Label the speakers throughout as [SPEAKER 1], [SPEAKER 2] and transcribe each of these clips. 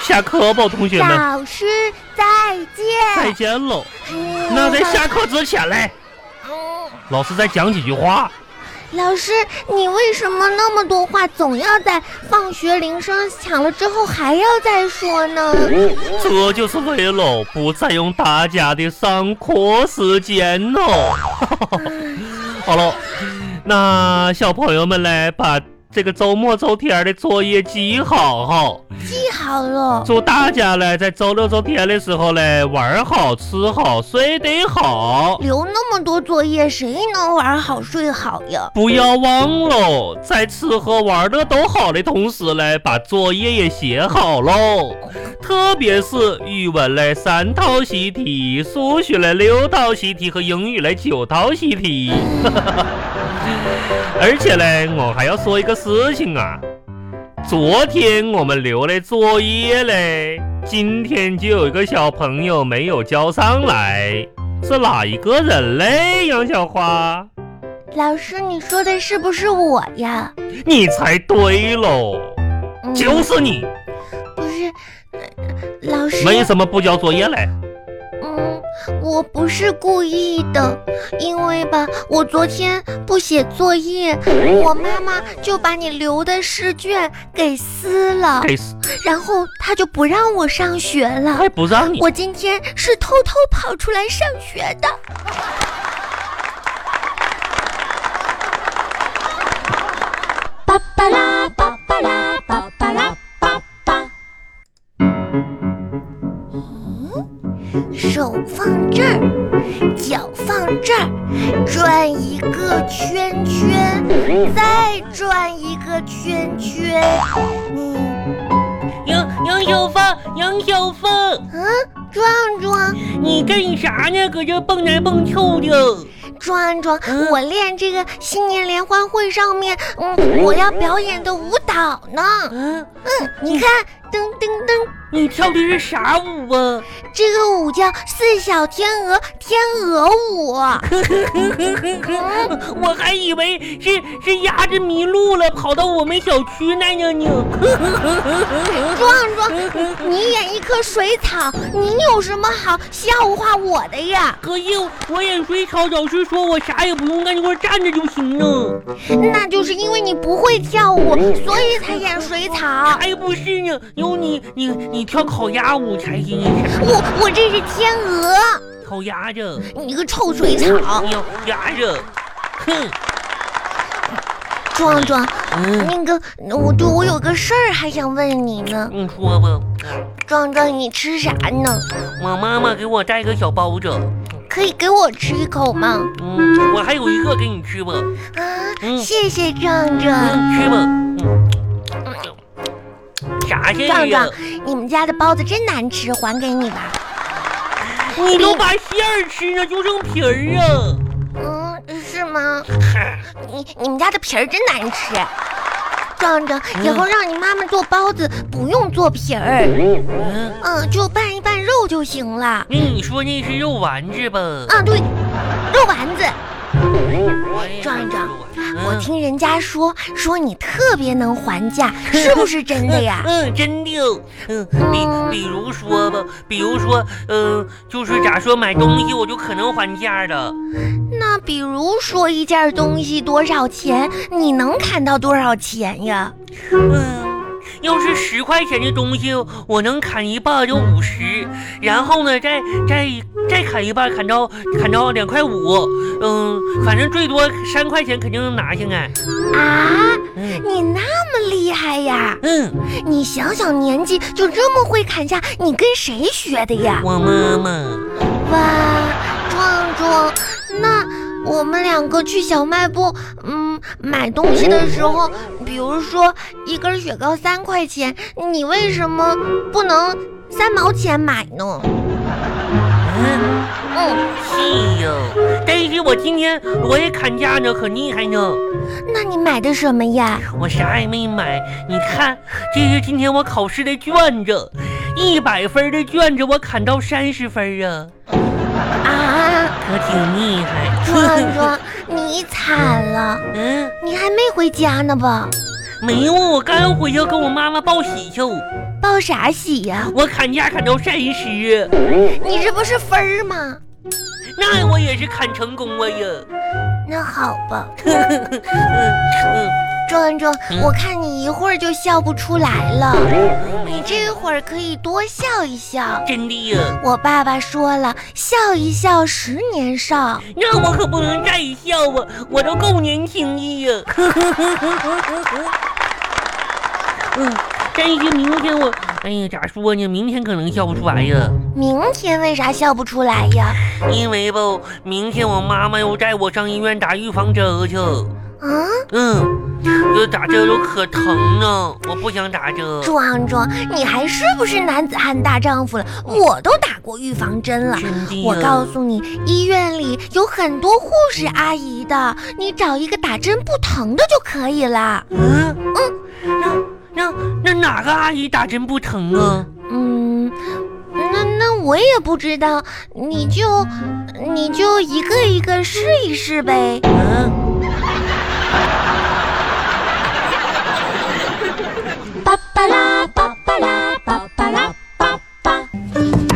[SPEAKER 1] 下课吧，同学们，
[SPEAKER 2] 老师再见。
[SPEAKER 1] 再见喽。
[SPEAKER 2] 嗯
[SPEAKER 1] 那在下课之前嘞，老师再讲几句话。
[SPEAKER 2] 老师，你为什么那么多话总要在放学铃声响了之后还要再说呢？
[SPEAKER 1] 这就是为了不占用大家的上课时间哦。 好了，那小朋友们来把这个周末周天的作业记好哈。
[SPEAKER 2] 记好了，
[SPEAKER 1] 祝大家嘞在周六周天的时候嘞玩好、吃好、睡得好。
[SPEAKER 2] 留那么多作业，谁能玩好睡好呀？
[SPEAKER 1] 不要忘了，在吃喝玩乐都好的同时嘞，把作业也写好喽。特别是语文嘞三套习题，数学嘞六套习题和英语嘞九套习题。 而且嘞，我还要说一个事情啊，昨天我们留了作业嘞，今天就有一个小朋友没有交上来，是哪一个人嘞？杨小花。
[SPEAKER 2] 老师，你说的是不是我呀？
[SPEAKER 1] 你才对喽，
[SPEAKER 2] 嗯
[SPEAKER 1] 就是你，
[SPEAKER 2] 不是，呃老师，
[SPEAKER 1] 为什么不交作业嘞？
[SPEAKER 2] 啊嗯，我不是故意的，因为吧，我昨天不写作业，我妈妈就把你留的试卷给撕了，
[SPEAKER 1] 该死，
[SPEAKER 2] 然后她就不让我上学了。
[SPEAKER 1] 还不让你，
[SPEAKER 2] 我今天是偷偷跑出来上学的。巴巴拉巴巴拉巴巴拉巴巴。嗯，手放这儿，脚放这儿，转一个圈圈，再转一个圈圈。嗯
[SPEAKER 3] 杨杨小凤，杨小凤，
[SPEAKER 2] 嗯，壮壮。
[SPEAKER 3] 你干啥呢？搁这蹦来蹦去的？
[SPEAKER 2] 壮壮，
[SPEAKER 3] 嗯
[SPEAKER 2] 我练这个新年联欢会上面，嗯，我要表演的舞蹈呢。
[SPEAKER 3] 啊，
[SPEAKER 2] 嗯，你看，噔噔噔，
[SPEAKER 3] 你跳的是啥舞啊？
[SPEAKER 2] 这个舞叫四小天鹅天鹅舞。
[SPEAKER 3] 我还以为是是鸭子迷路了，跑到我们小区来了呢。
[SPEAKER 2] 壮壮，你演一棵水草，你有什么好笑话我的呀？
[SPEAKER 3] 可是我演水草，老师说我啥也不用干，就给我站着就行了。
[SPEAKER 2] 那就是因为你不会跳舞，所以才演水草。
[SPEAKER 3] 才不是呢，有你你你跳烤鸭舞才是那啥，
[SPEAKER 2] 我我这是天鹅，
[SPEAKER 3] 烤鸭子，
[SPEAKER 2] 你个臭水草！
[SPEAKER 3] 你鸭子，哼，
[SPEAKER 2] 壮壮，
[SPEAKER 3] 嗯，
[SPEAKER 2] 那个，我对我有个事儿还想问你呢。
[SPEAKER 3] 你说吧。
[SPEAKER 2] 壮壮，你吃啥呢？
[SPEAKER 3] 我妈妈给我带个小包子，
[SPEAKER 2] 可以给我吃一口吗？
[SPEAKER 3] 嗯，我还有一个给你吃吧，
[SPEAKER 2] 啊，
[SPEAKER 3] 嗯
[SPEAKER 2] 谢谢壮壮。
[SPEAKER 3] 嗯，吃吧，嗯，啥事
[SPEAKER 2] 壮
[SPEAKER 3] 儿哎呀
[SPEAKER 2] 壮？，你们家的包子真难吃，还给你吧。
[SPEAKER 3] 你都把馅儿吃了，就剩皮儿啊！
[SPEAKER 2] 嗯，是吗？你你们家的皮儿真难吃。壮壮，以后让你妈妈做包子，不用做皮儿，
[SPEAKER 3] 嗯，
[SPEAKER 2] 嗯，就拌一拌肉就行了。
[SPEAKER 3] 那你说那是肉丸子吧？
[SPEAKER 2] 啊，对，肉丸子。壮
[SPEAKER 3] 壮
[SPEAKER 2] 壮，我
[SPEAKER 3] 嗯
[SPEAKER 2] 听人家说，说你特别能还价，是不是真的呀？
[SPEAKER 3] 嗯，真的，嗯，比比如说吧，比如说，嗯，就是咋说，买东西我就可能还价的，
[SPEAKER 2] 那比如说一件东西多少钱，你能砍到多少钱呀？
[SPEAKER 3] 嗯，要是十块钱的东西，我能砍一半就五十，然后呢，再再再砍一半，砍到砍到两块五，嗯，反正最多三块钱肯定能拿下来。
[SPEAKER 2] 啊，
[SPEAKER 3] 嗯
[SPEAKER 2] 你那么厉害呀！
[SPEAKER 3] 嗯，
[SPEAKER 2] 你想想年纪就这么会砍价，你跟谁学的呀？
[SPEAKER 3] 我妈妈，
[SPEAKER 2] 哇，壮壮，那我们两个去小卖部，嗯，买东西的时候，比如说一根雪糕三块钱，你为什么不能三毛钱买呢？
[SPEAKER 3] 嗯，
[SPEAKER 2] 嗯，
[SPEAKER 3] 是哟，但是我今天我也砍价呢，可厉害呢，
[SPEAKER 2] 那你买的什么呀？
[SPEAKER 3] 我啥也没买，你看，这是今天我考试的卷子，一百分的卷子我砍到三十分啊，
[SPEAKER 2] 啊？
[SPEAKER 3] 可挺厉害。
[SPEAKER 2] 壮壮，你惨了，
[SPEAKER 3] 嗯，
[SPEAKER 2] 你还没回家呢吧？
[SPEAKER 3] 没有，我刚要回去跟我妈妈报喜去，
[SPEAKER 2] 报啥喜呀、
[SPEAKER 3] 我砍价砍到三十，啊
[SPEAKER 2] 你这不是分儿吗？
[SPEAKER 3] 那我也是砍成功了呀。
[SPEAKER 2] 那好吧，
[SPEAKER 3] 嗯
[SPEAKER 2] 壮壮
[SPEAKER 3] 嗯，
[SPEAKER 2] 我看你一会儿就笑不出来了，
[SPEAKER 3] 嗯，
[SPEAKER 2] 你这会儿可以多笑一笑。
[SPEAKER 3] 真的呀，
[SPEAKER 2] 我爸爸说了，笑一笑，十年少。
[SPEAKER 3] 那我可不能再笑啊，我都够年轻的呀。 嗯，但是明天我，哎呀，咋说呢？明天可能笑不出来呀，
[SPEAKER 2] 明天为啥笑不出来呀？
[SPEAKER 3] 因为吧，明天我妈妈要带我上医院打预防针去。
[SPEAKER 2] 啊，
[SPEAKER 3] 嗯，这打针都可疼呢，我不想打针。
[SPEAKER 2] 壮壮，你还是不是男子汉大丈夫了？我都打过预防针了。
[SPEAKER 3] 真的呀，
[SPEAKER 2] 我告诉你，医院里有很多护士阿姨的，你找一个打针不疼的就可以了。
[SPEAKER 3] 嗯嗯，那那那哪个阿姨打针不疼啊？
[SPEAKER 2] 嗯，那那我也不知道，你就你就一个一个试一试呗。
[SPEAKER 3] 嗯，
[SPEAKER 2] 巴巴拉巴巴拉巴巴拉巴巴。
[SPEAKER 1] 嗯，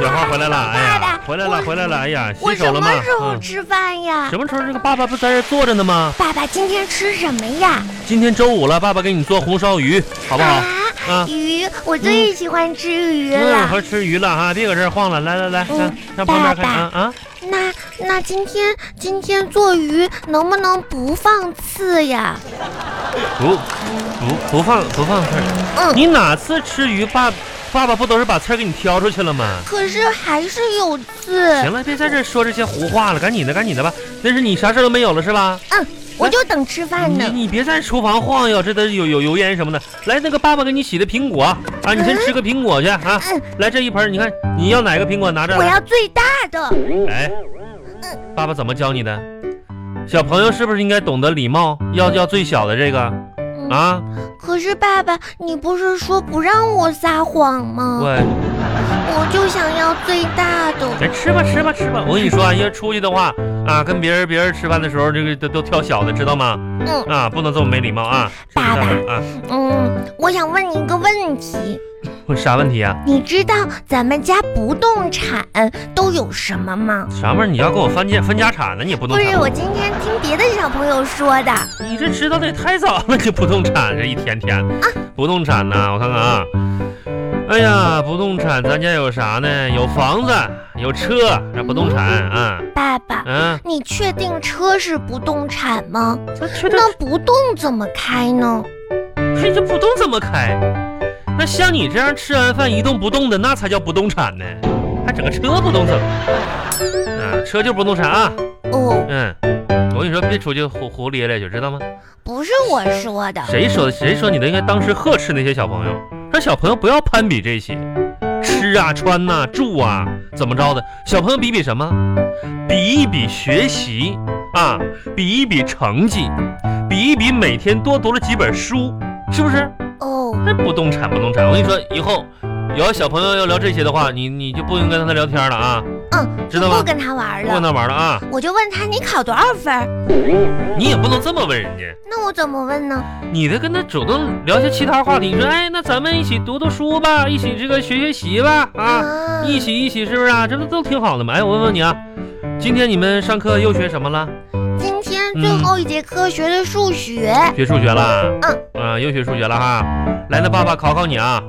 [SPEAKER 1] 小浩回来了，哎
[SPEAKER 2] 爸
[SPEAKER 1] 呀，
[SPEAKER 2] 爸
[SPEAKER 1] 回来了，
[SPEAKER 2] 我
[SPEAKER 1] 回来了，哎呀，洗
[SPEAKER 2] 我
[SPEAKER 1] 手
[SPEAKER 2] 什
[SPEAKER 1] 了吗
[SPEAKER 2] 么时？候
[SPEAKER 1] 嗯，
[SPEAKER 2] 吃饭呀
[SPEAKER 1] 什？么时候？这个爸爸不在这坐着呢吗？
[SPEAKER 2] 爸爸今天吃什么呀？
[SPEAKER 1] 今天周五了，爸爸给你做红烧鱼，好不好？啊
[SPEAKER 2] 啊，鱼，我最喜欢吃鱼
[SPEAKER 1] 嗯，
[SPEAKER 2] 了。
[SPEAKER 1] 和吃鱼了哈，别搁这儿晃了，来来来，
[SPEAKER 2] 嗯
[SPEAKER 1] 看上旁边
[SPEAKER 2] 爸
[SPEAKER 1] 看
[SPEAKER 2] 爸
[SPEAKER 1] 啊啊，
[SPEAKER 2] 那那今天今天做鱼能不能不放刺呀？
[SPEAKER 1] 不不不放不放刺儿，
[SPEAKER 2] 嗯，
[SPEAKER 1] 你哪次吃鱼爸爸爸不都是把刺儿给你挑出去了吗？
[SPEAKER 2] 可是还是有刺
[SPEAKER 1] 行。了，别在这儿说这些胡话了，赶紧的，赶紧的吧。那是你啥事儿都没有了是吧？
[SPEAKER 2] 嗯，我就等吃饭
[SPEAKER 1] 你
[SPEAKER 2] 呢。
[SPEAKER 1] 你别在厨房晃悠，这都有有油烟什么的。来，那个爸爸给你洗的苹果啊，你先吃个苹果去啊。
[SPEAKER 2] 嗯，
[SPEAKER 1] 来这一盆儿，你看你要哪个苹果拿着
[SPEAKER 2] 我嗯
[SPEAKER 1] 来。
[SPEAKER 2] 要最大的。
[SPEAKER 1] 哎，爸爸怎么教你的？小朋友是不是应该懂得礼貌？要要最小的这个
[SPEAKER 2] 嗯
[SPEAKER 1] 啊？
[SPEAKER 2] 可是爸爸，你不是说不让我撒谎吗？
[SPEAKER 1] 喂，
[SPEAKER 2] 我就想要最大的。
[SPEAKER 1] 来吃吧吃吧吃吧！我跟你说啊，要出去的话啊，跟别人别人吃饭的时候，这个都都挑小的，知道吗？
[SPEAKER 2] 嗯
[SPEAKER 1] 啊，不能这么没礼貌啊！是不是
[SPEAKER 2] 爸爸
[SPEAKER 1] 啊，
[SPEAKER 2] 嗯，我想问你一个问题，
[SPEAKER 1] 问啥问题啊？
[SPEAKER 2] 你知道咱们家不动产都有什么吗？
[SPEAKER 1] 啥味儿？你要跟我翻家分家产呢？你也不
[SPEAKER 2] 不
[SPEAKER 1] 动
[SPEAKER 2] 是，
[SPEAKER 1] 产。
[SPEAKER 2] 我今天听别的小朋友说的。
[SPEAKER 1] 你这知道的也太早了，这不动产这一天天不动产呢、我看看啊，哎呀，不动产咱家有啥呢？有房子，有车，这不动产啊，
[SPEAKER 2] 爸爸，
[SPEAKER 1] 嗯、
[SPEAKER 2] 你确定车是不动产吗？
[SPEAKER 1] 这确定
[SPEAKER 2] 那不动怎么开呢？
[SPEAKER 1] 这这不动怎么开？那像你这样吃完饭一动不动的，那才叫不动产呢，还整个车不动怎么？啊，车就不动产啊，
[SPEAKER 2] 哦，
[SPEAKER 1] 嗯，我跟你说，别出去胡胡咧咧去，知道吗？
[SPEAKER 2] 不是我说的。
[SPEAKER 1] 谁说的？谁说你的？应该当时呵斥那些小朋友，让小朋友不要攀比这些，吃啊、穿呐、住啊，怎么着的？小朋友比比什么？比一比学习啊，比一比成绩，比一比每天多读了几本书，是不是？
[SPEAKER 2] 哦，
[SPEAKER 1] 那不动产，不动产。我跟你说，以后有小朋友要聊这些的话，你你就不应该跟他聊天了啊，
[SPEAKER 2] 嗯，
[SPEAKER 1] 知道
[SPEAKER 2] 不
[SPEAKER 1] 吗？
[SPEAKER 2] 跟他玩
[SPEAKER 1] 不跟
[SPEAKER 2] 了。
[SPEAKER 1] 他玩了啊，
[SPEAKER 2] 我就问他你考多少分儿，
[SPEAKER 1] 你也不能这么问人家。
[SPEAKER 2] 那我怎么问呢？
[SPEAKER 1] 你得跟他主动聊些其他话题，你说，哎，那咱们一起读读书吧，一起这个学学习吧，啊，
[SPEAKER 2] 啊
[SPEAKER 1] 一起一起是不是啊？这不都挺好的吗？哎，我问问你啊，今天你们上课又学什么了？
[SPEAKER 2] 今天最后一节课学的数学，
[SPEAKER 1] 学数学了？
[SPEAKER 2] 嗯
[SPEAKER 1] 啊，又学数学了哈。来，那爸爸考考你啊。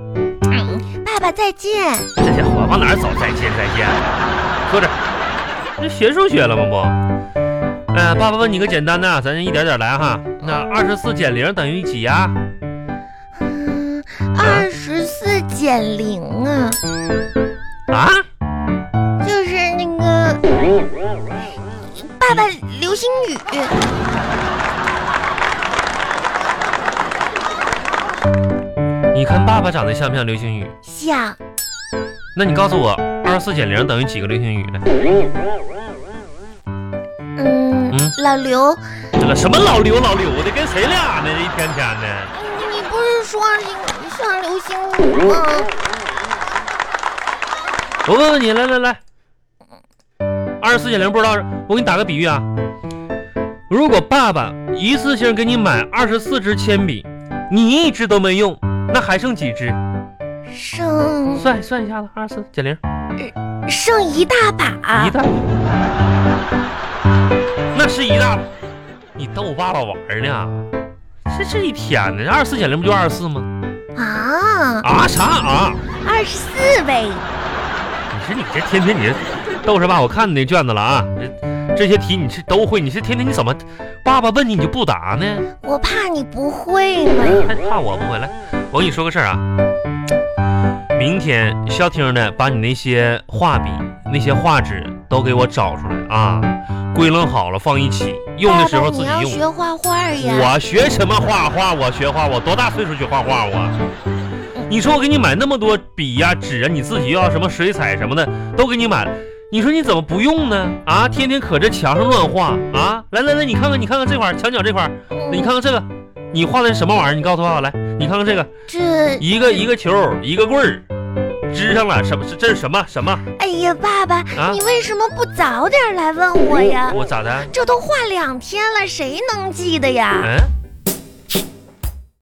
[SPEAKER 1] 嗯
[SPEAKER 2] 爸爸再见。
[SPEAKER 1] 这家伙往哪儿走？再见再见，坐这儿。这学数学了吗不？哎，爸爸问你个简单的，咱一点点来哈。那二十四减零等于几呀、
[SPEAKER 2] 嗯，二十四减零啊，
[SPEAKER 1] 啊？
[SPEAKER 2] 就是那个
[SPEAKER 1] 嗯
[SPEAKER 2] 爸爸流星雨。
[SPEAKER 1] 你看爸爸长得像不像流星雨？
[SPEAKER 2] 像
[SPEAKER 1] 那你告诉我，二十四减零等于几个流星雨呢？
[SPEAKER 2] 嗯
[SPEAKER 1] 嗯，
[SPEAKER 2] 老刘，
[SPEAKER 1] 这个什么老刘老刘的，跟谁俩呢？这一天天的，
[SPEAKER 2] 你你不是说你像流星雨吗？
[SPEAKER 1] 我问问你，来来来，二十四减零不知道是，我给你打个比喻啊，如果爸爸一次性给你买二十四支铅笔，你一支都没用，那还剩几支？
[SPEAKER 2] 剩
[SPEAKER 1] 算算一下子，二十四减零，
[SPEAKER 2] 剩一大把
[SPEAKER 1] 一，大把，那是一大把。你逗爸爸玩儿呢？这这一天呢，二十四减零不就二十四吗？
[SPEAKER 2] 啊，
[SPEAKER 1] 啊啥啊？
[SPEAKER 2] 二十四位，
[SPEAKER 1] 你说你这天天你这逗着爸，我看你那卷子了啊，这这些题你是都会，你是天天你怎么，爸爸问你你就不答呢？
[SPEAKER 2] 我怕你不会嘛。
[SPEAKER 1] 还怕我不回来？我跟你说个事儿啊，明天消停的把你那些画笔、那些画纸都给我找出来啊，归拢好了放一起，用的时候
[SPEAKER 2] 爸爸
[SPEAKER 1] 自
[SPEAKER 2] 你
[SPEAKER 1] 己
[SPEAKER 2] 要
[SPEAKER 1] 用。
[SPEAKER 2] 学画画呀？
[SPEAKER 1] 我学什么画画？我学画，我多大岁数学画画？我，你说我给你买那么多笔呀、纸啊，你自己要什么水彩什么的都给你买了，你说你怎么不用呢？啊，天天可这墙上乱画啊！来来来，你看看，你看看这块儿墙角这块儿，
[SPEAKER 2] 嗯
[SPEAKER 1] 你看看这个，你画的是什么玩意儿？你告诉爸爸来，你看看这个，
[SPEAKER 2] 这，
[SPEAKER 1] 一个一个球，一个棍儿，支上了什么？这这是什么什么
[SPEAKER 2] 哎呀，爸爸，
[SPEAKER 1] 啊
[SPEAKER 2] 你？为什么不早点来问我呀？
[SPEAKER 1] 我咋的？
[SPEAKER 2] 这都画两天了，谁能记得呀？
[SPEAKER 1] 嗯，